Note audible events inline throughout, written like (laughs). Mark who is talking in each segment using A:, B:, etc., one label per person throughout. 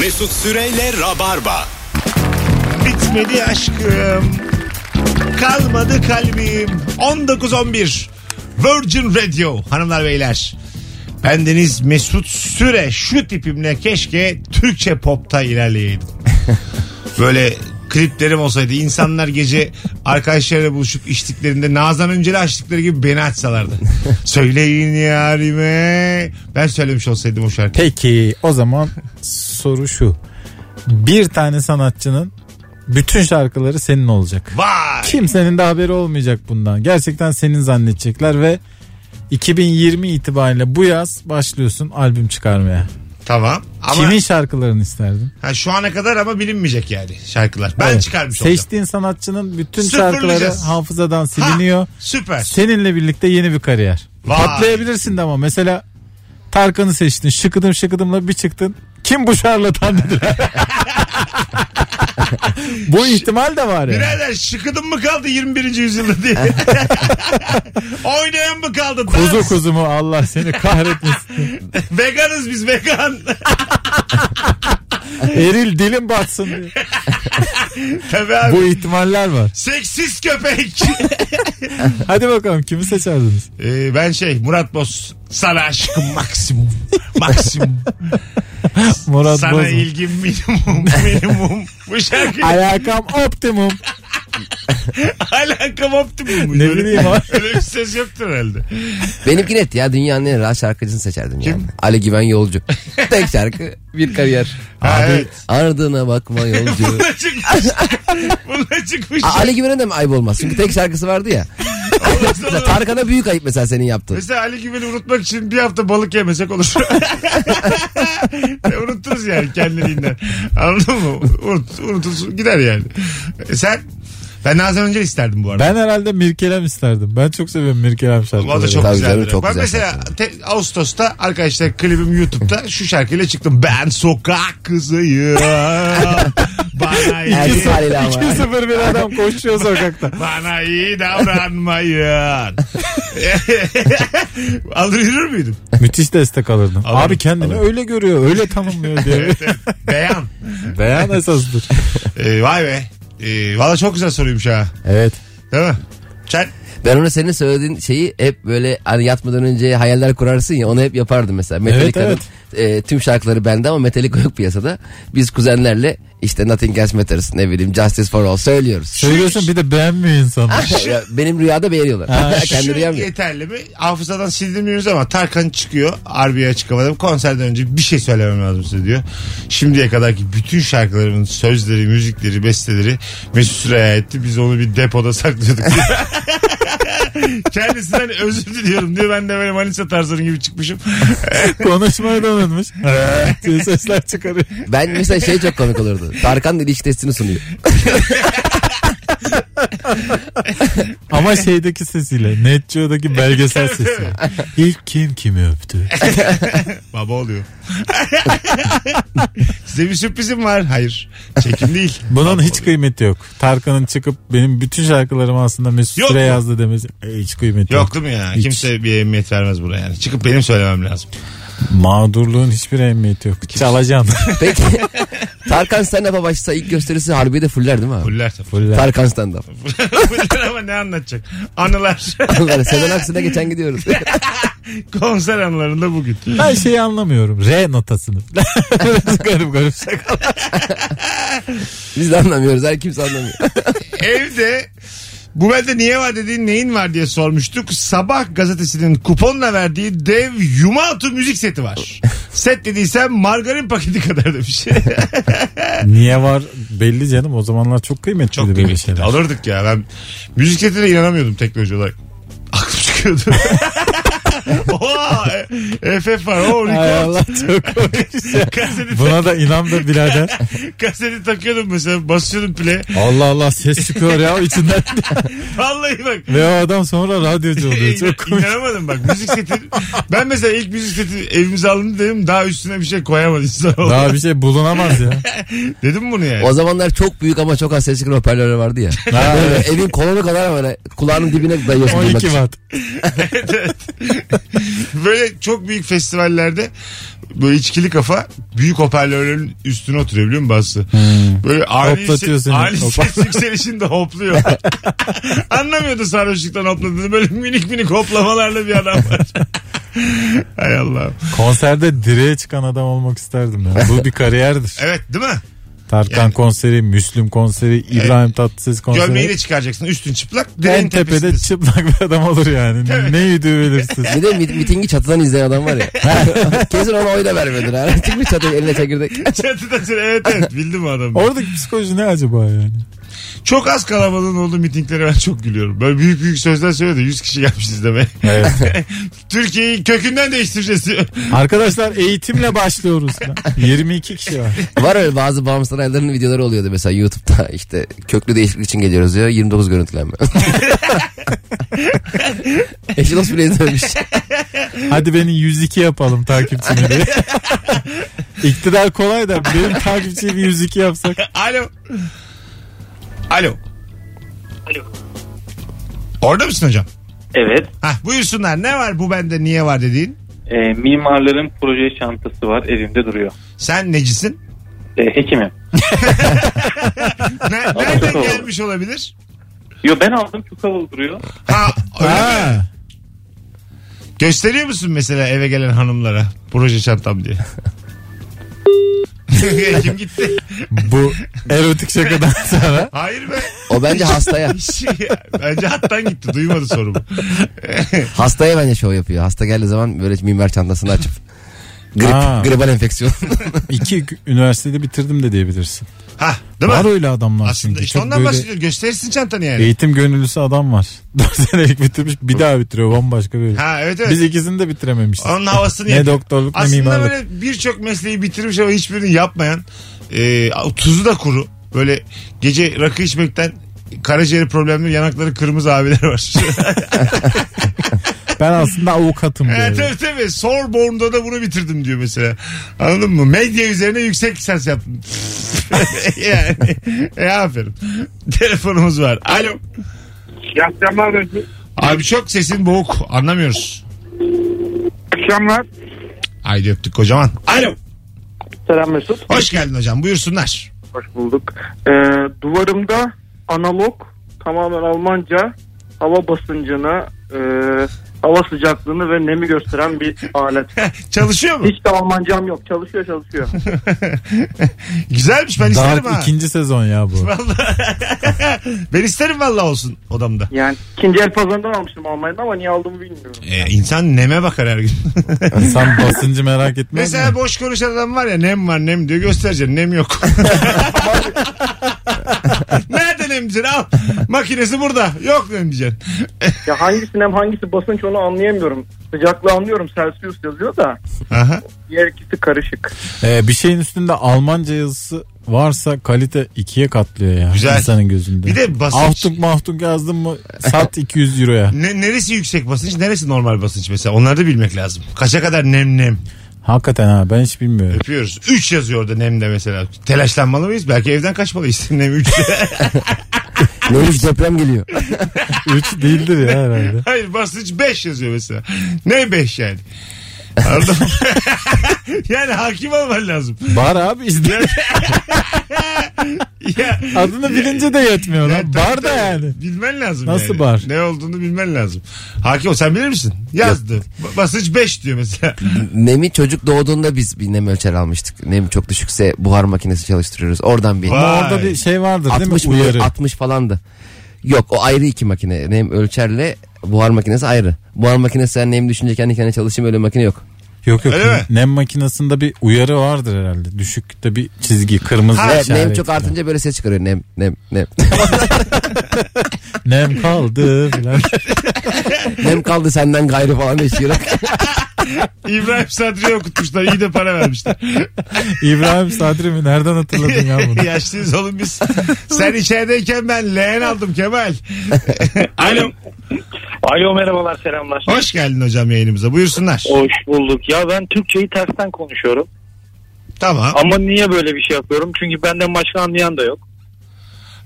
A: Mesut Süreyle Rabarba.
B: Bitmedi aşkım. Kalmadı kalbim. 19.11 Virgin Radio hanımlar beyler. Bendeniz Mesut Süre şu tipimle keşke Türkçe popta ilerleyeydim. Böyle kliplerim olsaydı insanlar gece arkadaşlarıyla buluşup içtiklerinde Nazan Öncel'i açtıkları gibi beni açsalardı. Söyleyin yarime. Ben söylemiş olsaydım o şarkıyı.
C: Peki o zaman soru şu. Bir tane sanatçının bütün şarkıları senin olacak.
B: Vay.
C: Kimsenin de haberi olmayacak bundan. Gerçekten senin zannedecekler ve 2020 itibariyle bu yaz başlıyorsun albüm çıkarmaya.
B: Tamam. Ama
C: Kimin şarkılarını isterdin?
B: ha, şu ana kadar ama bilinmeyecek yani şarkılar. Ben
C: Evet.
B: çıkarmış olacağım.
C: Seçtiğin sanatçının bütün şarkıları
B: Sıfırlayacağız.
C: hafızadan
B: Ha,
C: siliniyor.
B: süper.
C: Seninle birlikte yeni bir kariyer.
B: Vay.
C: Patlayabilirsin de ama mesela Tarkan'ı seçtin. Şıkıdım şıkıdımla bir çıktın. Kim bu şarlatan dediler.
B: (laughs)
C: bu ihtimal de var ya.
B: Birader şıkıdın mı kaldı 21. yüzyılda diye.
C: (laughs)
B: Oynayan mı kaldı? Dans.
C: Kuzu kuzumu Allah seni kahretmesin.
B: Veganız biz
C: (laughs)
B: vegan.
C: Eril dilim batsın diye.
B: Tabii abi.
C: Bu ihtimaller var.
B: Seksiz köpek. (laughs)
C: Hadi bakalım kimi seçerdiniz?
B: Ee, ben şey Murat Boz. Sana aşkım maksimum. Maksimum.
C: (laughs) Murat
B: Sana
C: Boz. mu?
B: ilgim minimum. Minimum. Bu şarkı
C: Alakam optimum.
B: alakam optimum. mu?
C: Ne
B: Öyle- (laughs)
C: bileyim abi.
B: Öyle bir ses yoktur herhalde.
D: Benimki net ya dünyanın en rahat şarkıcısını seçerdim yani. Ali Güven Yolcu. Tek şarkı bir kariyer.
B: Ha, evet. (laughs)
D: Ardına bakma yolcu.
B: Buna çıkmış. Buna çıkmış.
C: (laughs)
D: Aa, Ali Güven'e de mi ayıp olmaz? Çünkü tek şarkısı vardı ya.
B: Olmaz, olmaz.
D: Tarkan'a büyük ayıp mesela senin yaptığın.
B: Mesela Ali Güven'i unutmak için bir hafta balık yemesek olur. (laughs) Unuturuz yani kendiliğinden. Anladın mı? Unut, unutulsun gider yani. E Sen? Ben Nazan önce isterdim bu arada.
C: Ben herhalde Mirkelem isterdim. Ben çok seviyorum Mirkelem
B: Bu arada
C: şarkıları.
B: çok
D: Tabii
B: güzeldir.
D: canım, çok
B: ben
D: güzel
B: mesela te- Ağustos'ta arkadaşlar klibim YouTube'da şu şarkıyla çıktım. Ben sokak
D: (laughs)
B: kızıyım. Bana
D: Erkek
B: iyi,
D: haliyle ama.
C: 2-0 bir adam koşuyor sokakta.
B: bana iyi
D: (laughs)
B: davranmayın. (laughs) Alır yürür müydüm?
C: Müthiş destek alırdım.
B: Alırım,
C: Abi kendini
B: alırım.
C: öyle görüyor, öyle tanımlıyor diye.
B: (laughs) Evet, evet. Beyan.
C: Beyan esasıdır.
B: Ee, vay be. Ee, Valla çok güzel soruymuş ha.
C: Evet.
B: Değil mi? Sen
D: Ben ona senin söylediğin şeyi hep böyle hani yatmadan önce hayaller kurarsın ya onu hep yapardım mesela. Metallica'nın
C: Evet,
D: e, tüm şarkıları bende ama Metallica yok piyasada. Biz kuzenlerle işte Nothing Else Matters ne bileyim Justice For All söylüyoruz.
C: Söylüyorsun bir de beğenmiyor insanlar.
D: Ya benim rüyada beğeniyorlar. (laughs) Kendi
B: şu
D: rüyam ya.
B: yeterli mi? Hafızadan sildirmiyoruz ama Tarkan çıkıyor. Arbiye çıkamadım. Konserden önce bir şey söylemem lazım size diyor. Şimdiye kadarki bütün şarkılarımın sözleri, müzikleri, besteleri Mesut Süre'ye etti. Biz onu bir depoda saklıyorduk. (laughs) Kendisinden özür diliyorum diyor. Ben de böyle Manisa Tarzan'ı gibi çıkmışım. Ah.
C: Konuşmaya da
B: (laughs)
C: unutmuş. diye sesler çıkarıyor.
D: Ben mesela şey çok komik olurdu. Tarkan ilişki testini sunuyor.
C: Ama şeydeki sesiyle.
B: (laughs)
C: Netgeo'daki belgesel sesi. İlk kim kimi öptü?
B: Baba oluyor. (laughs) Size bir sürprizim var. Hayır. Çekim değil.
C: Bunun hiç kıymeti yok. Tarkan'ın çıkıp benim bütün şarkılarımı aslında Mesut
B: Yok
C: Süre
B: mu?
C: yazdı demesi e, hiç kıymeti yok.
B: Yok değil mi ya?
C: Hiç.
B: Kimse bir emniyet vermez buna yani. Çıkıp benim söylemem lazım.
C: Mağdurluğun hiçbir emniyeti yok. Çalacağım. (laughs)
D: Peki Tarkan stand-up'a başlasa ilk gösterisi Harbiye'de fuller değil mi abi?
B: Fuller tabii.
D: Tarkan stand-up.
B: (laughs) Fuller ama ne anlatacak? Anılar. (laughs)
D: Böyle Sezen Aksu'na geçen gidiyoruz.
B: Konser anılarında bugün.
C: ben şeyi anlamıyorum. R notasını. (laughs) garip garip şaka.
D: Biz de anlamıyoruz. Her kimse anlamıyor.
B: Evde bu bende niye var dediğin neyin var diye sormuştuk. Sabah gazetesinin kuponla verdiği dev Yumaltı müzik seti
C: (laughs)
B: var. Set dediysem margarin paketi kadar şey. demiş.
C: Niye var belli canım. O zamanlar çok kıymetliydi
B: (laughs) Çok
C: böyle
B: kıymetli.
C: şeyler.
B: Alırdık ya. Ben müzik setine inanamıyordum teknoloji olarak. Aklım
C: (laughs)
B: çıkıyordu. (laughs) Oha, e- FF var. O
C: Ay
B: record.
C: Allah çok komik.
B: Kaseti,
C: (laughs) Buna da inan da birader.
B: (laughs) kaseti takıyordum mesela. Basıyordum pile.
C: Allah Allah ses çıkıyor ya içinden.
B: Vallahi bak.
C: (laughs) Ve o adam sonra radyocu oluyor. Çok komik.
B: İnanamadım bak müzik seti. Ben mesela ilk müzik seti evimize alındı dedim daha üstüne bir şey koyamadım. (laughs)
C: Daha bir şey bulunamaz ya.
B: Dedim bunu yani.
D: O zamanlar çok büyük ama çok az ses çıkan hoparlörler vardı ya.
C: Ha,
D: Böyle evin kolonu kadar böyle kulağının dibine dayıyorsun. duymak
C: 12
D: için.
C: watt.
B: Böyle çok büyük festivallerde böyle içkili kafa büyük hoparlörlerin üstüne oturuyor biliyor musun bazısı? Böyle ani,
C: Hmm. Hoplatıyor
B: se-
C: seni.
B: ani
C: Hopa-
B: ses (laughs) yükselişinde
C: (laughs)
B: hopluyor. Anlamıyordu sarhoşluktan hopladığını. Böyle minik minik hoplamalarla bir adam
C: (laughs)
B: var. Hay Allah.
C: Konserde direğe çıkan adam olmak isterdim. ya. Bu bir kariyerdir.
B: Evet değil mi?
C: Tarkan
B: Yani-
C: konseri, Müslüm konseri, İbrahim Tatlıses konseri.
B: Gömleği de çıkaracaksın. Üstün çıplak.
C: en
B: Direğin
C: tepede
B: tepesindesin.
C: çıplak bir adam olur yani.
B: Evet.
C: Ne yediği belirsiz.
D: Bir de mit- mitingi çatıdan izleyen adam var ya. Kesin ona oy da vermiyordur. ha. Çıkmış çatıya eline çekirdek.
B: (laughs) Çatıda çatıda. Evet
C: (laughs)
B: evet bildim o adamı.
C: Oradaki psikoloji ne acaba yani?
B: Çok az kalabalığın olduğu mitinglere ben çok gülüyorum. Böyle büyük büyük sözler söylüyor da 100 kişi gelmiş izlemeye. (laughs) Türkiye'yi kökünden değiştireceğiz (laughs) diyor.
C: Arkadaşlar
B: (laughs)
C: eğitimle başlıyoruz. lan. 22 kişi var.
D: Var öyle bazı bağımsız adayların videoları oluyordu mesela YouTube'da işte köklü değişiklik için geliyoruz diyor
C: (laughs)
D: 29 görüntülenme. Eşi dost bile izlememiş.
C: Hadi beni 102 yapalım takipçimi (laughs) diye. İktidar kolay da benim takipçiyi bir 102 yapsak.
B: Alo. Alo.
E: Alo.
B: Orada mısın hocam?
E: Evet.
B: Hah, buyursunlar. Ne var bu bende niye var dediğin?
E: E, mimarların proje çantası var evimde duruyor.
B: Sen necisin?
E: E, hekimim.
C: (laughs)
B: Ne, nereden gelmiş olabilir?
E: Yo ben aldım çok havalı duruyor.
B: Ha,
C: (laughs)
B: öyle mi?
C: Ha.
B: Gösteriyor musun mesela eve gelen hanımlara proje çantam diye? (laughs) Kim gitti?
C: Bu erotik şakadan sonra
B: Hayır be.
D: O bence hastaya.
B: Bence hattan gitti. Duymadı sorumu.
D: Hastaya bence şov yapıyor. Hasta geldiği zaman böyle mimar çantasını açıp grip,
C: Ha. (laughs)
D: gribal enfeksiyon.
C: iki üniversitede bitirdim de diyebilirsin.
B: Ha, değil mi?
C: Var öyle adamlar
B: Aslında
C: çünkü.
B: işte
C: Çok
B: ondan
C: böyle
B: bahsediyorum. Gösterirsin çantanı yani.
C: eğitim gönüllüsü adam var. (laughs) 4 senelik bitirmiş bir daha bitiriyor bambaşka bir.
B: Ha evet evet.
C: Biz ikisini de bitirememişiz.
B: Onun havasını
C: ne
B: yapıyor.
C: doktorluk ne
B: Aslında
C: mimarlık.
B: böyle birçok mesleği bitirmiş ama hiçbirini yapmayan e, tuzu da kuru. Böyle gece rakı içmekten karaciğeri problemli yanakları kırmızı abiler var. (laughs)
C: Ben aslında avukatım diyor.
B: evet, Ee, tabii tabii. Sorbonne'da da bunu bitirdim diyor mesela. Anladın mı? Medya üzerine yüksek lisans yaptım. (laughs) yani. E, aferin. Telefonumuz var. Alo.
F: İyi akşamlar Mesut.
B: Abi çok sesin boğuk. Anlamıyoruz.
F: akşamlar.
B: Haydi öptük kocaman. Alo.
F: Selam Mesut.
B: Hoş geldin hocam. Buyursunlar. (laughs)
F: Hoş bulduk. Ee, duvarımda analog tamamen Almanca hava basıncını, e, hava sıcaklığını ve nemi gösteren bir alet.
B: Çalışıyor mu?
F: Hiç de Almancam yok. Çalışıyor çalışıyor.
B: Güzelmiş ben isterim
C: Daha
B: ha.
C: ikinci sezon ya bu.
B: Vallahi. (laughs) ben isterim vallahi olsun odamda.
F: Yani ikinci el pazarından almıştım Almanya'da ama niye aldığımı bilmiyorum.
B: Ee, insan neme bakar her gün.
C: Sen basıncı merak etme.
B: Mesela boş konuşan adam var ya nem var nem diyor göstereceksin nem yok. Nerede nem diyeceksin al. Makinesi burada yok nem diyeceksin.
F: Ya hangisi nem hangisi basınç onu anlayamıyorum. Sıcaklığı anlıyorum. Celsius yazıyor da
B: Aha.
F: diğer ikisi karışık.
C: Ee, bir şeyin üstünde Almanca yazısı varsa kalite ikiye katlıyor ya
B: Güzel.
C: insanın gözünde.
B: Bir de basınç.
C: Ahtuk mahtuk yazdın mı
B: (laughs)
C: sat 200 euroya.
B: Ne- neresi yüksek basınç neresi normal basınç mesela onları da bilmek lazım. Kaça kadar nem nem
C: Hakikaten ha ben
B: (laughs)
C: hiç bilmiyorum.
B: öpüyoruz. 3 yazıyor orada nem de mesela. Telaşlanmalı mıyız? Belki evden kaçmalıyız. (laughs) Nem 3.
D: Neymiş deprem geliyor.
C: 3 değildir ya herhalde.
B: Hayır basınç 5 yazıyor mesela. Ne 5 yani? Anladın mı? (laughs) yani hakim olman lazım.
C: Bar abi işte
B: Ya,
C: adını bilince de yetmiyor
B: ya
C: lan.
B: tabii
C: Bar da
B: tabii.
C: yani.
B: Bilmen lazım
C: Nasıl
B: yani.
C: bar?
B: Ne olduğunu bilmen lazım. Hakim ol. Sen bilir misin? Yazdı. Ba- Basınç 5 diyor mesela.
D: Nemi çocuk doğduğunda biz bir nem ölçer almıştık. Nem çok düşükse buhar makinesi çalıştırıyoruz. Oradan bir
B: Vay.
C: Ama orada bir şey vardır değil
D: 60
C: mi?
D: mı?
C: Uyarı.
D: 60 falandı. Yok o ayrı iki makine. Nem ölçerle buhar makinesi ayrı. Buhar makinesi yani nem düşünce kendi kendine çalışayım öyle makine yok.
C: Yok yok.
B: Öyle mi?
C: Nem makinesinde bir uyarı vardır herhalde. Düşükte bir çizgi kırmızı
B: Ha,
D: Evet, nem
C: işaret
D: çok
C: falan.
D: artınca böyle ses çıkarıyor. Nem nem (laughs) nem.
C: Nem
B: (laughs)
C: kaldı falan.
D: nem kaldı senden gayrı falan diye şey şiir.
B: İbrahim Sadri'ye okutmuşlar. İyi de para vermişler.
C: İbrahim Sadri mi? Nereden hatırladın ya
B: (laughs)
C: bunu?
B: Yaşlıyız oğlum biz. Sen içerideyken ben leğen aldım Kemal. Alo.
G: Alo merhabalar selamlar.
B: Hoş geldin hocam yayınımıza. Buyursunlar.
G: Hoş bulduk. Ya ben Türkçeyi tersten konuşuyorum.
B: Tamam.
G: Ama niye böyle bir şey yapıyorum? Çünkü benden başka anlayan da yok.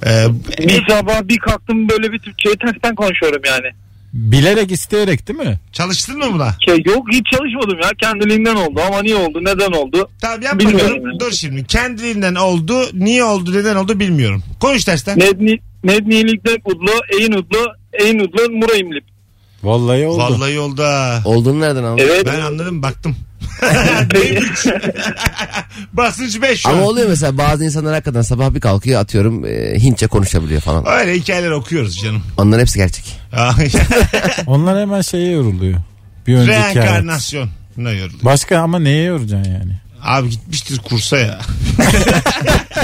B: Ee, e,
G: Bir sabah bir kalktım böyle bir Türkçeyi tersten konuşuyorum yani.
C: Bilerek isteyerek değil mi?
B: Çalıştın mı buna?
G: Şey, yok hiç çalışmadım ya kendiliğinden oldu ama niye oldu neden oldu?
B: Tamam yap
G: Bilmiyorum
B: bakalım.
G: yani.
B: Dur şimdi. Kendiliğinden oldu. Niye oldu neden oldu bilmiyorum. Konuş dersten.
G: Nedni, nednilikte udlu, eyin udlu, eyin udlu, murayimlip.
C: Vallahi oldu.
B: Vallahi oldu ha.
D: Olduğunu nereden anladın?
G: Evet.
B: Ben anladım baktım. Neymiş? (laughs) Basınç 5 şu
D: Ama
B: an.
D: oluyor mesela bazı insanlar hakikaten sabah bir kalkıyor atıyorum e, Hintçe konuşabiliyor falan.
B: Öyle hikayeler okuyoruz canım. (laughs)
D: Onların hepsi gerçek.
C: Onlar hemen şeye yoruluyor. Bir önceki hayat.
B: Reenkarnasyon. Ne yoruluyor?
C: Başka ama neye yoracaksın yani?
B: Abi gitmiştir kursa ya.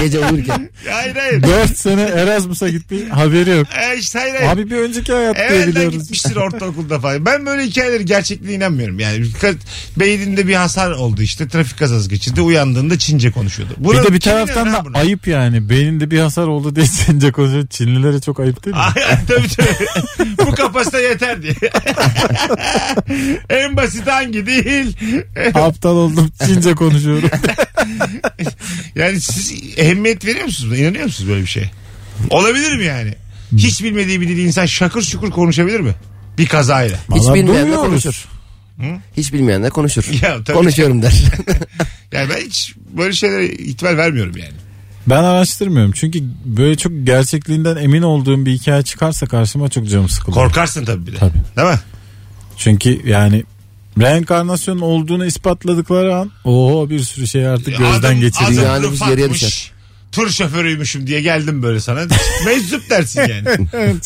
D: Gece uyurken.
B: hayır hayır. (laughs)
C: 4 sene Erasmus'a gittiği haberi yok.
B: E işte hayır hayır.
C: Abi bir önceki hayat diye
B: Evvelden
C: biliyoruz.
B: gitmiştir ortaokulda falan. Ben böyle hikayelerin gerçekliğine inanmıyorum. Yani birkaç- beyninde bir hasar oldu işte. Trafik kazası geçirdi. Uyandığında Çince konuşuyordu. Buna-
C: bir de bir
B: kim inanır
C: taraftan
B: ha
C: da (laughs)
B: buna?
C: ayıp yani. Beyninde bir hasar oldu diye (laughs) Çince konuşuyor. Çinlilere çok ayıp değil mi?
B: Ay, tabii tabii. Bu kapasite yeter
C: (laughs)
B: diye. en basit hangi değil.
C: Aptal oldum
B: (laughs)
C: Çince konuşuyorum.
B: Yani siz ehemmiyet veriyor musunuz? buna? İnanıyor musunuz böyle bir şeye? Olabilir mi yani? Hiç bilmediği bir dili insan şakır şukur konuşabilir mi? Bir kazayla.
D: Hiç
C: Vallahi
D: bilmeyen de
C: duyuyoruz.
D: konuşur. Hiç bilmeyen de konuşur.
B: Ya tabii.
D: Konuşuyorum der.
B: Yani ben hiç böyle şeylere ihtimal vermiyorum yani.
C: Ben araştırmıyorum. Çünkü böyle çok gerçekliğinden emin olduğum bir hikaye çıkarsa karşıma çok canım sıkılır.
B: Korkarsın tabii bir de.
C: Tabii.
B: Değil mi?
C: Çünkü yani reenkarnasyonun olduğunu ispatladıkları an oho bir sürü şey artık gözden
B: Adam-
C: geçiriyor.
B: adam
D: Yani biz geriye
B: Rıfat'mış,
D: düşer.
B: Tur şoförüymüşüm diye geldim böyle sana. Meczup dersin
C: (laughs)
B: yani.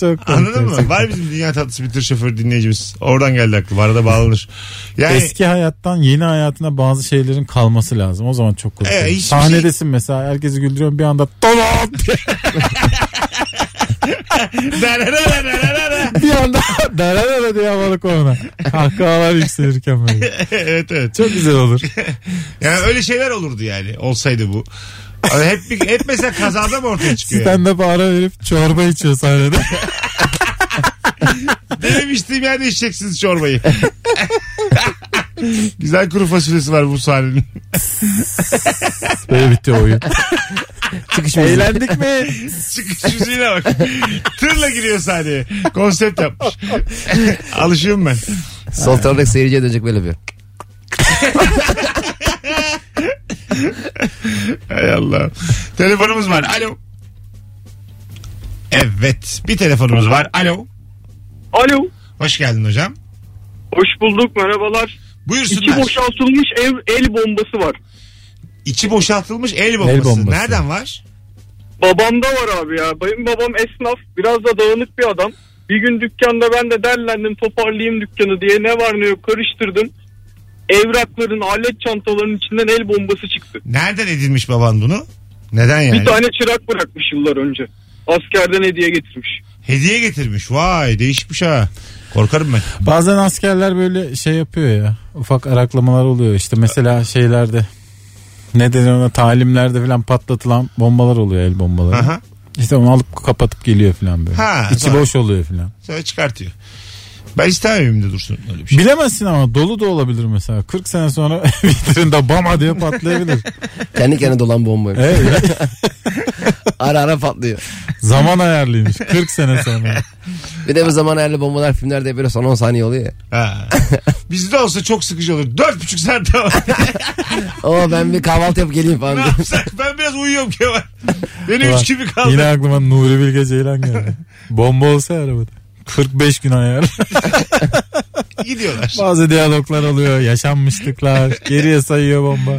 C: çok
B: Anladın mı?
C: enteresan.
B: Var bizim dünya tatlısı bir tur şoförü dinleyicimiz. Oradan geldi aklıma. Arada bağlanır. Yani (laughs)
C: Eski hayattan yeni hayatına bazı şeylerin kalması lazım. O zaman çok korkuyorum.
B: Ee, hiçbir
C: Sahnedesin mesela herkesi güldürüyorsun bir anda tamam bir anda (laughs) derelere diye havalı korna. Kahkahalar yükselirken böyle.
B: evet evet.
C: Çok
B: (laughs)
C: güzel olur.
B: Yani öyle şeyler olurdu yani. Olsaydı bu. Hani hep, bir- hep mesela kazada mı ortaya çıkıyor? Yani?
C: Stand up ara verip çorba içiyor sahnede.
B: (laughs) Denemiştiğim yerde içeceksiniz çorbayı. (laughs) Güzel kuru fasulyesi var bu sahnenin.
C: Böyle bitti oyun.
D: Çıkış müziği.
C: Eğlendik mi?
B: Çıkış yüzüne bak. Tırla giriyor sahneye. Konsept yapmış. (laughs) Alışıyorum ben.
D: Sol taraftaki seyirciye dönecek böyle bir.
B: Hay Allah. Telefonumuz var. Alo. Evet. Bir telefonumuz var. Alo.
F: Alo.
B: Hoş geldin hocam.
F: Hoş bulduk merhabalar.
B: Buyursunlar.
F: İçi boşaltılmış ev, el bombası var.
B: İçi boşaltılmış el bombası.
C: El bombası.
B: Nereden var?
F: Babamda var abi ya. Benim babam esnaf. Biraz da dağınık bir adam. Bir gün dükkanda ben de derlendim toparlayayım dükkanı diye. Ne var ne yok karıştırdım. Evrakların, alet çantalarının içinden el bombası çıktı.
B: Nereden edinmiş baban bunu? Neden yani?
F: Bir tane çırak bırakmış yıllar önce. Askerden hediye getirmiş.
B: Hediye getirmiş. Vay değişikmiş ha. Korkarım ben.
C: Bazen askerler böyle şey yapıyor ya. Ufak araklamalar oluyor işte mesela şeylerde. Ne denir ona talimlerde falan patlatılan bombalar oluyor el bombaları.
B: Aha.
C: İşte onu alıp kapatıp geliyor falan böyle.
B: Ha,
C: İçi
B: sonra-
C: boş oluyor falan.
B: Sonra çıkartıyor. Ben istemem evimde dursun öyle bir şey.
C: Bilemezsin ama dolu da olabilir mesela. 40 sene sonra (laughs) vitrinde bama diye patlayabilir.
D: Kendi kendine dolan bombaymış.
C: Evet.
D: Ara ara patlıyor.
C: Zaman ayarlıymış. 40 sene sonra.
D: Bir de bu zaman ayarlı bombalar filmlerde böyle son 10 saniye oluyor ya.
C: (laughs)
B: Ha. Bizde olsa çok sıkıcı olur. Dört buçuk saat daha var.
D: Oo ben bir kahvaltı yapıp geleyim falan.
B: ne (laughs)
D: diyor.
B: yapsak? Ben biraz uyuyorum Kemal. Beni üç gibi kaldı.
C: Yine aklıma Nuri Bilge Ceylan geldi. Bomba olsa arabada. 45 gün ayar.
B: (laughs) Gidiyorlar.
C: Bazı diyaloglar oluyor. Yaşanmışlıklar. Geriye sayıyor bomba.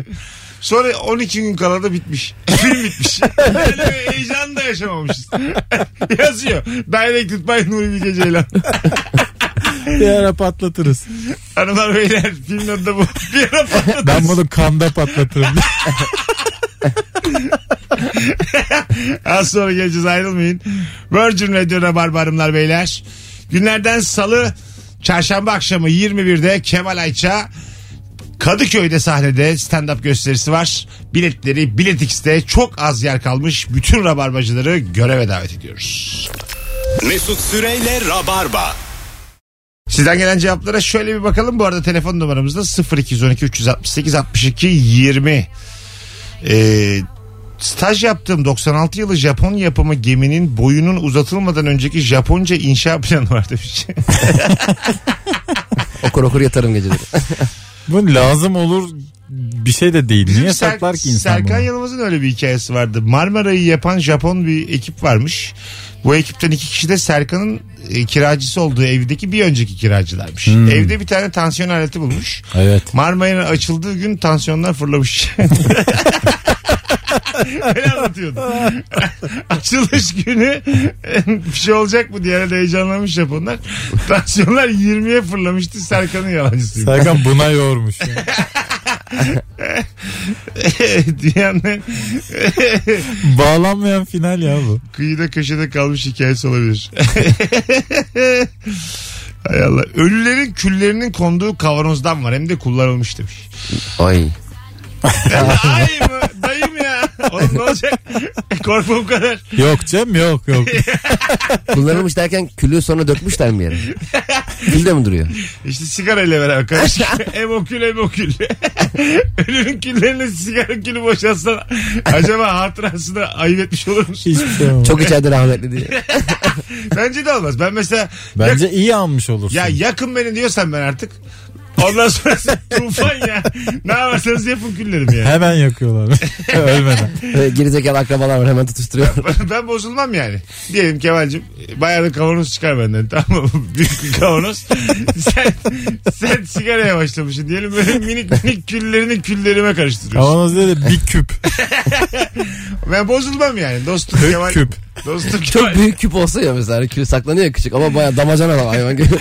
B: Sonra 12 gün kala da bitmiş. (laughs) Film bitmiş. Yani bir heyecan da yaşamamışız. (laughs) Yazıyor. Directed by Nuri Bilge Ceylan.
C: Bir ara patlatırız.
B: Hanımlar beyler filmin adı da bu. (laughs) Bir ara patladı.
C: Ben bunu kanda patlatırım. (laughs)
B: Az sonra geleceğiz ayrılmayın. Virgin Radio Rabarba Hanımlar Beyler. Günlerden salı çarşamba akşamı 21'de Kemal Ayça Kadıköy'de sahnede stand-up gösterisi var. Biletleri Bilet X'te çok az yer kalmış. Bütün rabarbacıları göreve davet ediyoruz.
A: Mesut Süreyle Rabarba.
B: Sizden gelen cevaplara şöyle bir bakalım. Bu arada telefon numaramız da 0212 368 62 20. Ee, Staj yaptığım 96 yılı Japon yapımı geminin boyunun uzatılmadan önceki Japonca inşa planı var demiş.
D: Okur okur yatarım geceleri.
C: Bu lazım olur bir şey de değil. Niye
B: Ser-
C: saklar ki insan
B: Serkan
C: bunu?
B: Yılmaz'ın öyle bir hikayesi vardı. Marmara'yı yapan Japon bir ekip varmış. Bu ekipten iki kişi de Serkan'ın e, kiracısı olduğu evdeki bir önceki kiracılarmış.
C: Hmm.
B: Evde bir tane tansiyon aleti bulmuş. (laughs)
C: Evet.
B: Marmara'nın açıldığı gün tansiyonlar fırlamış. (laughs) Öyle anlatıyordu. (laughs) Açılış günü (laughs) bir şey olacak mı diye herhalde heyecanlanmış Japonlar. Tansiyonlar 20'ye fırlamıştı Serkan'ın yalancısıymış. (laughs)
C: Serkan buna yormuş. ya.
B: Dünyanın
C: Bağlanmayan final ya bu.
B: kıyıda köşede kalmış hikayesi olabilir. (laughs) Hay Allah. Ölülerin küllerinin konduğu kavanozdan var. Hem de kullanılmış demiş.
D: Ay.
B: Ay mı? Dayım ya. Oğlum ne olacak? (laughs) Korkma bu kadar.
C: Yok Cem yok yok.
D: Kullanılmış derken külü sonra dökmüşler mi yere? Kül de mi duruyor?
B: İşte sigarayla beraber karışık. hem o kül hem o (laughs) kül. Ölünün küllerine sigara külü boşalsan acaba hatırasını ayıp etmiş olur musun?
C: Hiçbir şey olmaz.
D: Çok içeride rahmetli diye.
B: Bence de olmaz. Ben mesela
C: Bence iyi almış olursun.
B: Ya yakın beni diyorsan ben artık. Ondan sonrası tufan ya. Ne yaparsanız yapın küllerim ya.
C: Hemen yakıyorlar. (laughs) Ölmeden.
D: Böyle Gerizekalı akrabalar var hemen
B: (laughs)
D: tutuşturuyor.
B: (laughs) ben bozulmam yani. Diyelim Kemal'cim bayağı da kavanoz çıkar benden tamam mı? Büyük bir kavanoz. sen, sen sigaraya başlamışsın diyelim böyle minik minik küllerini küllerime karıştırıyorsun.
C: Kavanoz değil de bir
B: (laughs)
C: küp.
B: Ben bozulmam yani dostum Kemal.
C: küp.
B: Dostum
D: Çok
B: Kemal.
D: büyük küp olsa ya mesela kül saklanıyor ya küçük ama baya damacana da hayvan gibi.
B: (laughs)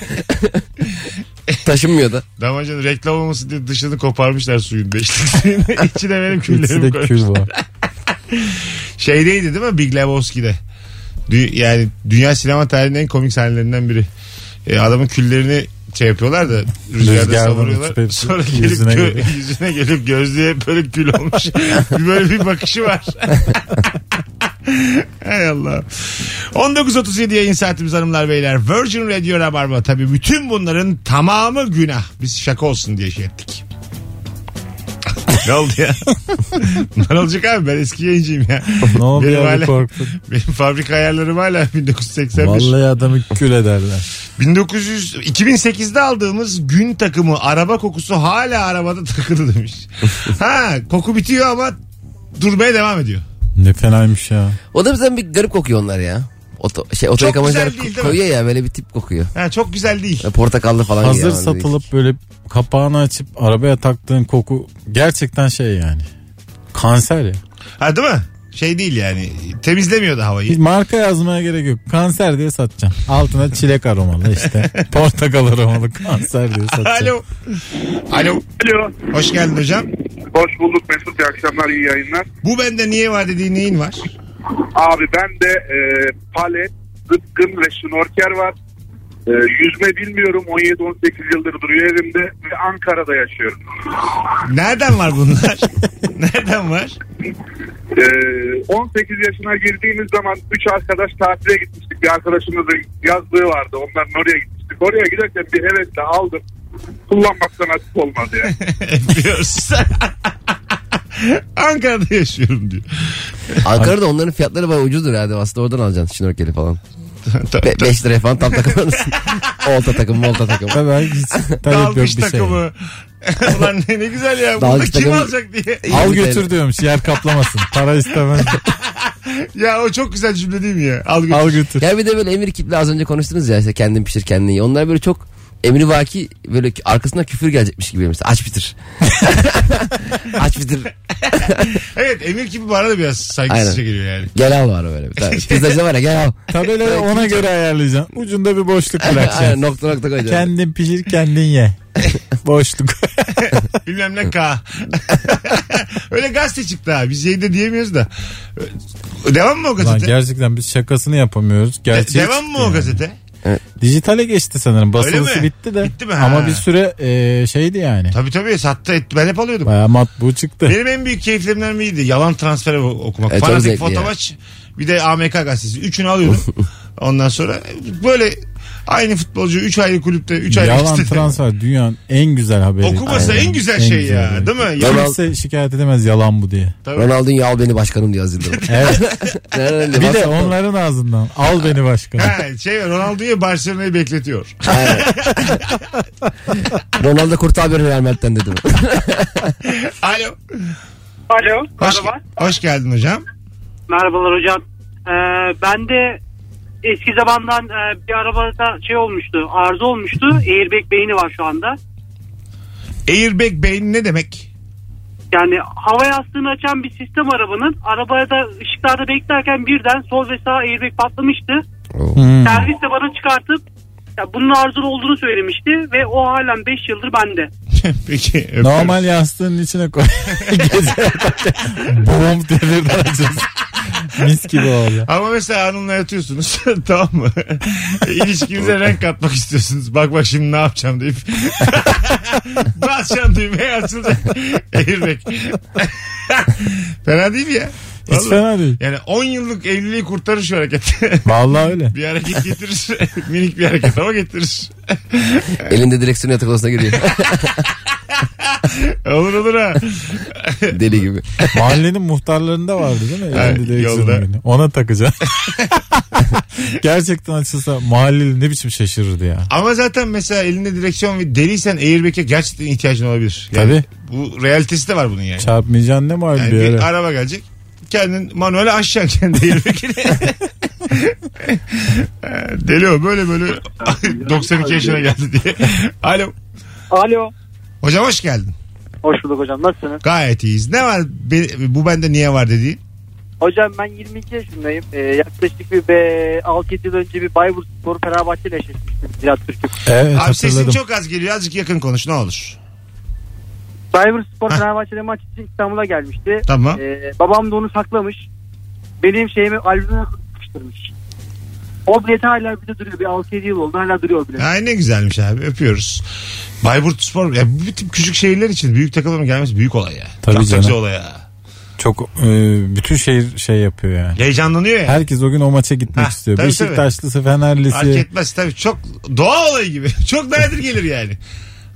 D: Taşınmıyor da.
B: Damacanın reklam olması diye dışını koparmışlar suyun beşliklerini. (laughs) İçine benim
C: İkisi
B: küllerimi
C: de
B: koymuşlar.
C: kül bu.
B: (laughs) Şeydeydi değil mi Big Lebowski'de? Dü- yani dünya sinema tarihinin en komik sahnelerinden biri. E, adamın küllerini şey yapıyorlar da rüzgarda
C: Rüzgardan
B: savuruyorlar.
C: uçup
B: Sonra
C: hepsi
B: gelip yüzüne,
C: yüzüne
B: gö-
C: geliyor.
B: (laughs) yüzüne gelip gözlüğe böyle kül
C: (laughs)
B: olmuş. Bir böyle bir bakışı var. (laughs) Hay Allah. 19.37 yayın saatimiz hanımlar beyler. Virgin Radio Rabarba. Tabii bütün bunların tamamı günah. Biz şaka olsun diye şey
C: (laughs)
B: ettik. ne oldu ya? (laughs) ne olacak abi ben eski yayıncıyım ya.
C: Ne oldu
B: Benim
C: ya
B: hala- (laughs)
C: bir korktun.
B: Benim fabrika ayarlarım hala 1981.
C: Vallahi adamı kül ederler.
B: 1900 2008'de aldığımız gün takımı araba kokusu hala arabada takılı demiş. ha koku bitiyor ama durmaya devam ediyor.
C: Ne fenaymış ya.
D: O da bizden bir garip kokuyor onlar ya. Oto, şey, oto
B: Çok
D: yıkamacılar
B: güzel değil, değil mi?
D: koyuyor ya böyle bir tip kokuyor.
B: Ha çok güzel değil.
D: Ya Portakallı falan
C: Hazır
D: yiyor ama
C: satılıp böyle kapağını açıp arabaya taktığın koku gerçekten şey yani. Kanser ya.
B: Ha değil mi? Şey değil yani. Temizlemiyor da
C: Hiç (laughs)
B: havayı.
C: marka yazmaya gerek yok. Kanser diye satacağım. Altına çilek aromalı işte.
B: (laughs)
C: Portakal aromalı kanser diye satacağım.
B: Alo. Alo.
G: Alo.
B: Hoş geldin hocam.
G: Hoş bulduk Mesut. İyi akşamlar, iyi yayınlar.
B: Bu bende niye var dediğin neyin var?
G: Abi ben de e, palet, zıpkın ve şnorker var. E, yüzme bilmiyorum. 17-18 yıldır duruyor evimde ve Ankara'da yaşıyorum.
B: Nereden var bunlar? Nereden var? (laughs)
G: E, 18 yaşına girdiğimiz zaman 3 arkadaş tatile gitmiştik. Bir arkadaşımızın yazlığı vardı. Onların oraya gitmiştik. Oraya giderken bir hevesle aldım. Kullanmaktan açık olmadı ya.
B: Öpüyoruz. (laughs) Ankara'da yaşıyorum diyor.
D: değil. Ankara'da onların fiyatları bayağı ucuzdur herhalde. Aslında oradan alacaksın
C: (laughs)
D: şnorkeli falan. 5 liraya falan tam takılmalısın. olta takım, olta takım.
C: Tabii abi hiç talep yok
B: Dalgıç
C: bir şey.
B: takımı. (laughs) Ulan ne, ne güzel ya. Bunu
D: Dalgıç
B: kim
D: takımı-
B: alacak diye.
C: Al götür diyormuş yer kaplamasın.
B: (laughs)
C: Para istemez.
B: Ya o çok güzel cümle değil mi ya? Al götür.
C: Al götür.
D: Ya bir de böyle emir kiple az önce konuştunuz ya işte kendin pişir kendin ye. Onlar böyle çok emri vaki böyle arkasına küfür gelecekmiş gibi. Mesela
C: (laughs)
D: aç bitir. aç bitir.
B: Evet Emir gibi bana da biraz saygısızca
D: Aynen.
B: geliyor
D: (laughs)
B: yani.
D: Gel al var böyle. bir
C: (laughs)
D: tane. Pizzacı var ya gel al.
C: Tabelayı ona göre ayarlayacaksın. Ucunda bir boşluk
D: Aynen,
C: bırakacaksın.
D: nokta nokta koyacağım.
C: kendin pişir
B: (laughs)
C: kendin ye. boşluk.
B: Bilmem ne K. (laughs) Öyle gazete çıktı ha. Biz yayında diyemiyoruz da. Devam mı o
C: (laughs) Lan
B: gazete?
C: gerçekten biz şakasını yapamıyoruz.
B: De-
C: Gerçeği
B: devam
C: çıktı
B: mı o
C: yani.
B: gazete?
C: Dijitale geçti sanırım.
B: Öyle mi?
C: Basılısı bitti de.
B: Bitti mi? Ha.
C: Ama bir süre e, şeydi yani.
B: Tabii tabii sattı. et- Ben hep alıyordum.
C: Baya matbu çıktı.
B: Benim en büyük keyiflerimden biriydi. Yalan transfer o- okumak.
D: Evet, çok
B: Fanatik
D: E, zevkli ya. (laughs)
B: fotomaç bir de AMK gazetesi. Üçünü alıyordum. Ondan sonra böyle Aynı futbolcu 3 ayrı kulüpte 3 ayrı
C: Yalan
B: sitede.
C: transfer dünyanın en güzel haberi.
B: Okuması en güzel şey ya.
C: haberi.
B: Değil mi? Ya,
D: Ronaldo-
C: Kimse şikayet edemez yalan bu diye.
D: Ronaldinho al beni başkanım diye yazıldı.
C: (laughs) Evet.
D: Nereden
C: bir de onların ağzından. Al beni başkanım.
B: Ha, şey Ronaldo'yu Barcelona'yı bekletiyor.
C: (laughs)
D: Ronaldo kurtar beni Real Madrid'den dedim.
B: Alo.
H: Alo.
B: Hoş,
H: Merhaba.
B: hoş geldin hocam.
H: Merhabalar hocam. Ee, ben de eski zamandan e, bir arabada şey olmuştu. Arıza olmuştu. Airbag beyni var şu anda.
B: Airbag beyni ne demek? (laughs)
H: Yani hava yastığını açan bir sistem arabanın arabada ışıklarda beklerken birden sol ve sağ airbag patlamıştı.
C: Hmm.
H: Servis de bana çıkartıp ya bunun arızalı olduğunu söylemişti ve o halen 5 yıldır bende.
B: Peki. öpüyorum.
C: Normal yastığın
B: (laughs)
C: içine koy. Gece Bom diye birden açıyorsun. Mis gibi oluyor.
B: Ama mesela hanımla yatıyorsunuz (laughs) tamam mı? (laughs) İlişkinize renk katmak istiyorsunuz. Bak bak şimdi ne yapacağım deyip. (laughs) Basacaksın düğmeye açılacak. Airbag. (laughs) fena değil mi ya?
C: Hiç
B: Vallahi.
C: fena değil.
B: Yani 10 yıllık evliliği kurtarır şu hareket. (laughs)
C: Vallahi öyle.
B: bir hareket getirir. (laughs) Minik bir hareket ama getirir.
D: Elinde direksiyon yatak odasına giriyor.
C: (laughs)
B: Olur olur ha.
D: Deli gibi.
C: Mahallenin muhtarlarında vardı değil mi? Elinde
B: Evet,
C: direksiyon
B: yolda.
C: beyni. Ona takacağım.
B: (laughs)
C: Gerçekten açılsa mahalleli ne biçim şaşırırdı ya.
B: Ama zaten mesela elinde direksiyon ve deliysen airbag'e gerçekten ihtiyacın olabilir. Yani Bu realitesi de var bunun yani.
C: Çarpmayacaksın ne mahalleli
B: Yani
C: öyle.
B: bir araba gelecek. Kendin manuel aşacaksın kendi airbag'ini. (laughs) Deli o böyle böyle (laughs) 92 yaşına geldi diye. Alo.
H: Alo.
B: Hocam hoş geldin.
H: Hoş bulduk hocam. Nasılsınız?
B: Gayet iyiyiz. Ne var be- bu bende niye var dediğin?
H: Hocam ben 22 yaşındayım. Ee, yaklaşık bir be- 6-7 yıl önce bir Bayburt Spor Fenerbahçe ile eşleşmiştim Ziraat Türk'ü.
C: Evet
B: Abi sesin
C: hatırladım.
B: çok az geliyor. Azıcık yakın konuş ne olur.
H: Bayburt Spor
B: Heh.
H: Fenerbahçe'de maç için İstanbul'a gelmişti.
B: Tamam.
H: Ee, babam da onu saklamış. Benim şeyimi albüme sıkıştırmış. O bileti hala bize duruyor. Bir 6-7 yıl oldu hala duruyor o bilet.
B: Ay ne güzelmiş abi öpüyoruz. Bayburt Spor ya bu tip küçük şehirler için büyük takımların gelmesi büyük olay ya.
C: Tabii
B: Çok da
C: canım.
B: güzel olay ya.
C: Çok e, bütün şehir şey yapıyor yani.
B: Heyecanlanıyor ya.
C: Herkes o gün o maça gitmek
B: Ha,
C: istiyor.
B: tabii,
C: Beşiktaşlısı,
B: Fark
C: Fenerlisi.
B: etmez tabii çok doğa olayı gibi. (laughs) Çok nadir gelir yani.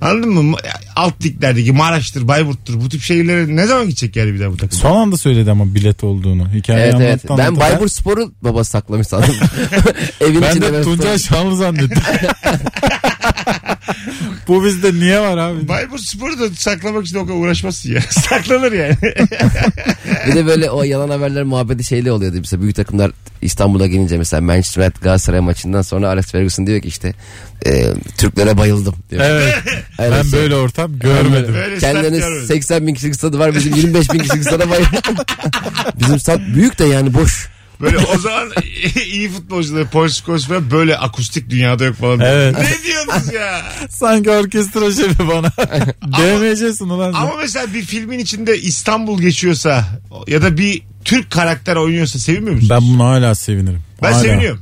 B: Anladın mı? Alt liglerdeki Maraş'tır, Bayburt'tur bu tip şehirlere ne zaman gidecek yani bir daha bu takım?
C: Son anda söyledi ama bilet olduğunu. Hikayeyi
D: Evet evet.
C: anlattı,
D: Ben
C: anlattı.
D: Bayburt Spor'un babası
C: (laughs)
D: saklamış sandım. Evin
C: Ben
D: içinde
C: de
D: Spor-
C: Tuncay Şanlı zannettim. Bu bizde niye var abi?
B: Bayburt Spor'u da saklamak için o kadar uğraşmazsın ya. (laughs) Saklanır yani.
D: Bir de böyle o yalan haberler muhabbeti şeyle oluyordu. Mesela büyük takımlar İstanbul'a gelince mesela Manchester United Galatasaray maçından sonra Alex Ferguson diyor ki işte e, Türklere bayıldım diyor.
C: Evet.
D: Öyle
C: ben
D: şey.
C: böyle ortam görmedim.
B: Böyle sert şey
D: Kendilerinin
B: görmedim.
D: 80 bin kişilik stadı var bizim 25 bin kişilik stada bayıldım.
C: (laughs)
D: bizim stat büyük de yani boş.
B: Böyle o zaman (laughs) iyi futbolcuları, polis koç falan böyle akustik dünyada yok falan.
C: Evet.
B: Ne diyorsunuz ya?
C: Sanki orkestra şefi bana. DMC'sin ulan. sen.
B: Ama mesela bir filmin içinde İstanbul geçiyorsa ya da bir Türk karakter oynuyorsa sevinmiyor musun?
C: Ben bunu hala sevinirim.
B: Ben
C: Hala.
B: seviniyorum.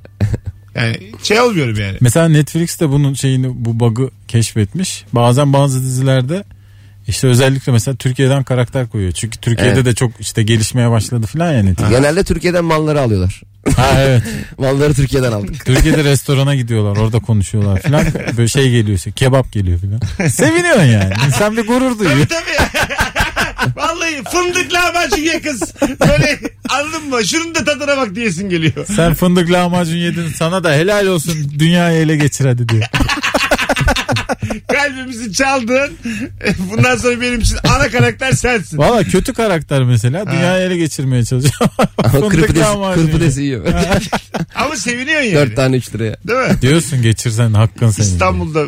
B: Yani şey olmuyorum yani.
C: Mesela Netflix de bunun şeyini bu bug'ı keşfetmiş. Bazen bazı dizilerde işte özellikle mesela Türkiye'den karakter koyuyor. Çünkü Türkiye'de
D: Evet.
C: de çok işte gelişmeye başladı falan ya
D: (laughs)
C: Netflix.
D: Genelde Türkiye'den malları alıyorlar.
C: ha evet.
D: Malları Türkiye'den aldık.
C: Türkiye'de restorana gidiyorlar orada konuşuyorlar falan. Böyle şey geliyor işte kebap geliyor falan. Seviniyorsun yani. İnsan bir gurur
B: Tabii
C: duyuyor.
B: tabii. Vallahi fındık lahmacun ye kız. Böyle anladın mı? Şunun da tadına bak diyesin geliyor.
C: Sen fındık lahmacun yedin sana da helal olsun dünyayı ele geçir hadi diyor.
B: Kalbimizi çaldın. Bundan sonra benim için ana karakter sensin.
C: Valla kötü karakter mesela dünyayı ele geçirmeye çalışıyor.
D: (laughs)
C: (laughs)
D: Ama
C: Fındık
D: kırpidesi,
C: lahmacun yedi.
D: kırpidesi yiyor. (laughs)
B: Ama seviniyorsun yani.
D: Dört tane 3 liraya.
B: Değil mi?
C: Diyorsun geçirsen hakkın senin.
B: İstanbul'da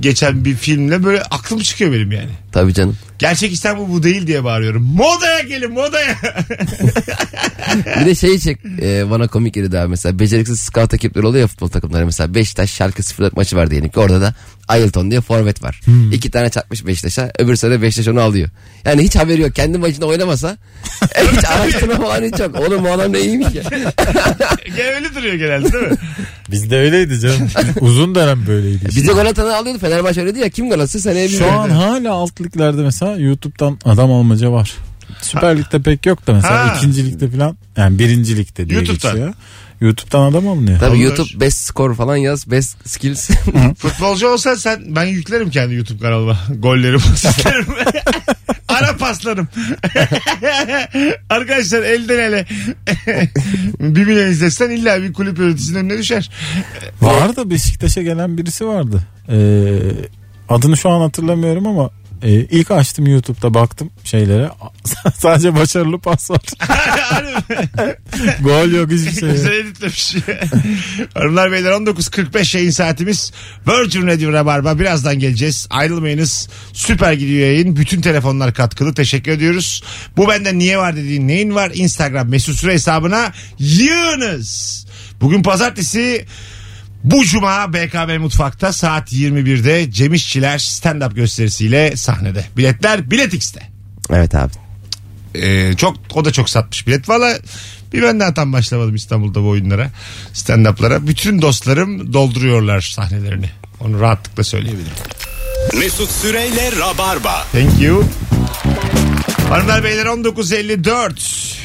B: geçen bir filmle böyle aklım çıkıyor benim yani.
D: Tabii canım.
B: Gerçek İstanbul bu değil diye bağırıyorum. Modaya gelin modaya. (laughs)
D: Bir de şey çek e, bana komik geldi daha mesela. Beceriksiz scout ekipleri oluyor ya futbol takımları. Mesela Beşiktaş Şalke 0 maçı var diyelim ki. Orada da Ayrton diye forvet var. İki tane çatmış Beşiktaş'a. Öbür sene Beşiktaş onu alıyor. Yani hiç haberi yok. Kendi maçında oynamasa e, hiç araştırma falan hiç yok. Oğlum bu adam ne iyiymiş ya.
B: Öyle duruyor genelde değil mi?
C: Bizde öyleydi canım. Uzun dönem böyleydi. işte.
D: Bize gol atanı alıyordu. Fenerbahçe öyle diyor ya. Kim gol atsa seneye
C: Şu
D: bilmiyorum.
C: an hala alt liglerde mesela YouTube'dan adam almaca var. Süper Lig'de pek yok da mesela
B: Ha.
C: ikincilikte falan yani birincilikte diye
B: YouTube'dan.
C: geçiyor. YouTube'dan adam alınıyor.
D: Tabii
B: Alınır.
D: YouTube best score falan yaz. Best skills. (laughs)
B: Futbolcu olsan sen ben yüklerim kendi YouTube kanalıma. (laughs) Golleri paslarım. (laughs) Ara paslarım. (laughs) Arkadaşlar elden ele. (laughs) bir milyon izlesen illa bir kulüp yöneticisinin önüne düşer.
C: Vardı Beşiktaş'a gelen birisi vardı. Ee, adını şu an hatırlamıyorum ama e, ilk açtım YouTube'da baktım şeylere. (laughs) Sadece başarılı pas var. (laughs) Gol yok hiçbir şey. yok.
B: Güzel editlemiş. (laughs) Hanımlar beyler 19.45 yayın saatimiz. Virgin Radio Rabarba birazdan geleceğiz. Ayrılmayınız. Süper gidiyor yayın. Bütün telefonlar katkılı. Teşekkür ediyoruz. Bu benden niye var dediğin neyin var? Instagram mesut süre hesabına yığınız. Bugün pazartesi bu cuma BKM Mutfak'ta saat 21'de Cem İşçiler stand-up gösterisiyle sahnede. Biletler Bilet X'te.
D: evet abi.
B: Ee, çok o da çok satmış bilet. Valla bir ben daha tam başlamadım İstanbul'da bu oyunlara. Stand-up'lara. Bütün dostlarım dolduruyorlar sahnelerini. Onu rahatlıkla söyleyebilirim.
A: Mesut Süreyle Rabarba.
B: Thank you. Hanımlar beyler 1954.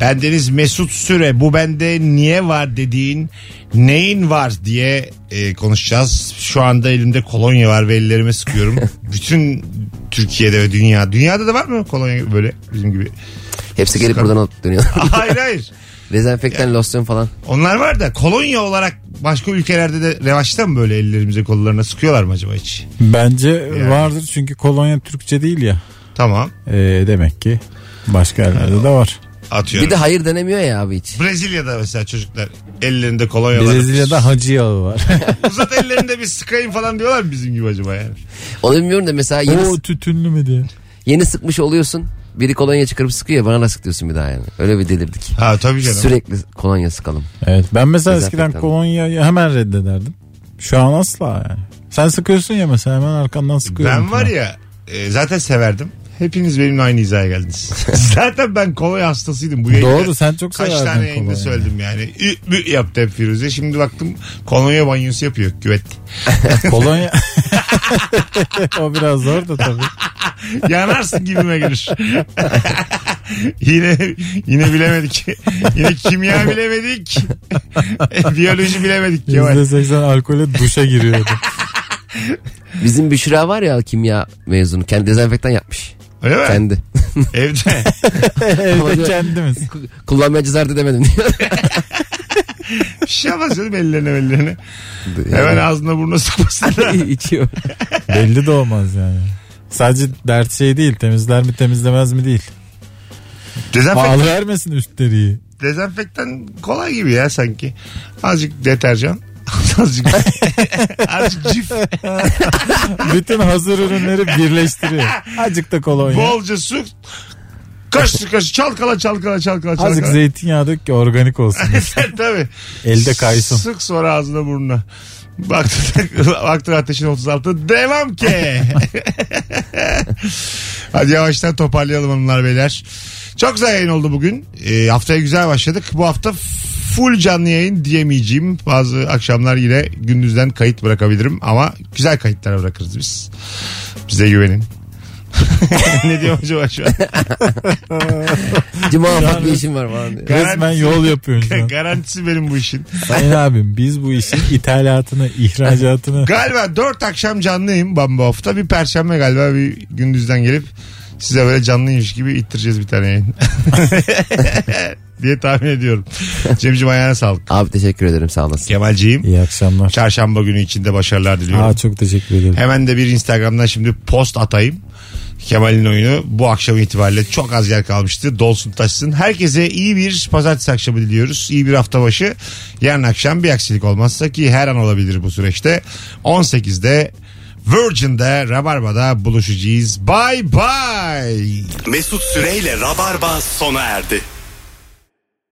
B: Bendeniz Mesut Süre bu bende niye var dediğin neyin var diye e, konuşacağız. Şu anda elimde kolonya var ve ellerime sıkıyorum. Bütün Türkiye'de ve dünya. Dünyada da var mı kolonya böyle bizim gibi?
D: Hepsi gelip buradan alıp dönüyor.
B: Hayır hayır.
D: Dezenfektan, losyon falan.
B: Onlar var da kolonya olarak başka ülkelerde de revaçta mı böyle ellerimize kollarına sıkıyorlar mı acaba hiç?
C: Bence
B: Yani.
C: vardır çünkü kolonya Türkçe değil ya.
B: Tamam
C: Ee, demek ki başka yerlerde de var.
B: atıyorum.
D: Bir de hayır denemiyor ya abi hiç.
B: Brezilya'da mesela çocuklar ellerinde kolonyalar.
C: Brezilya'da hacı yağı var.
B: (laughs) Uzat ellerinde bir sıkayım falan diyorlar mı bizim gibi acaba yani?
D: Onu bilmiyorum da mesela yeni,
C: o tütünlü mü diye.
D: yeni sıkmış oluyorsun. Biri kolonya çıkarıp sıkıyor bana da sık diyorsun bir daha yani. Öyle bir delirdik.
B: Ha tabii canım.
D: Sürekli kolonya sıkalım.
C: Evet ben mesela
D: Dezenfektan.
C: eskiden kolonyayı hemen reddederdim. Şu an asla yani. Sen sıkıyorsun ya mesela hemen arkandan sıkıyorum.
B: ben var
C: falan.
B: ya e, zaten severdim. Hepiniz benimle aynı hizaya geldiniz. (laughs) zaten ben kolonya hastasıydım. Bu yayında
C: Doğru sen çok
B: Kaç
C: severdin
B: tane yayında
C: kolonyayı.
B: söyledim yani. Ü, ü yaptı hep Firuze. Şimdi baktım kolonya banyosu yapıyor küvet.
C: (laughs) Kolonya. (laughs) o biraz zor
B: (laughs)
C: da tabii.
B: Yanarsın gibime gelir. (laughs) yine yine bilemedik. yine kimya bilemedik. (laughs) Biyoloji bilemedik. Kemal.
C: %80 alkole duşa giriyordu.
D: Bizim Büşra var ya kimya mezunu. Kendi dezenfektan yapmış.
B: Öyle mi?
D: Kendi. (laughs)
B: Evde.
C: Evde kendimiz.
D: Kullanmaya cesaret edemedim diyor.
B: Bir şey yapmaz canım ellerine ellerine. Hemen ağzına burnuna sıkmasınlar.
D: (laughs) içiyor.
C: Belli de olmaz yani. Sadece dert şey değil temizler mi temizlemez mi değil.
B: Dezenfekt,
C: Al vermesin üstleriyi.
B: dezenfektan kolay gibi ya sanki. Azıcık deterjan. (laughs) Azıcık, azıcık cif.
C: Bütün hazır ürünleri birleştiriyor. Azıcık da kolonya.
B: Bolca su. Kaşlı kaşlı çalkala çalkala çalkala çalkala.
C: Azıcık zeytinyağı dök ki organik olsun.
B: (laughs) Tabii.
C: Elde kaysın.
B: Sık sonra ağzına burnuna. (laughs) Baktın, baktın ateşin 36. Devam ki. Hadi yavaştan toparlayalım hanımlar beyler. Çok güzel yayın oldu bugün. Ee, haftaya güzel başladık. Bu hafta full canlı yayın diyemeyeceğim. Bazı akşamlar yine gündüzden kayıt bırakabilirim. Ama güzel kayıtlar bırakırız biz. Bize güvenin. (laughs) ne diyorum acaba şu an? (laughs)
D: Cuma ufak bir işim var falan (laughs) diyor.
C: Resmen yol yapıyorsun şu an.
B: Garantisi benim bu işin.
C: Sayın abim biz bu işin ithalatını, ihracatını
B: Galiba dört akşam canlıyım bamba hafta. Bir perşembe galiba bir gündüzden gelip size böyle canlıymış gibi ittireceğiz bir tane yayın. (laughs) diye tahmin ediyorum. Cemciğim ayağına sağlık.
D: Abi teşekkür ederim sağ olasın.
B: Kemalciğim
C: İyi akşamlar.
B: çarşamba günü içinde başarılar diliyorum.
C: Aa, çok teşekkür ederim.
B: Hemen de bir Instagram'dan şimdi post atayım. Kemal'in oyunu bu akşam itibariyle çok az yer kalmıştı. Dolsun taşsın. Herkese iyi bir pazartesi akşamı diliyoruz. İyi bir hafta başı. Yarın akşam bir aksilik olmazsa ki her an olabilir bu süreçte. 18'de Virgin'de Rabarba'da buluşacağız. Bye bye.
A: Mesut Süreyle Rabarba sona erdi.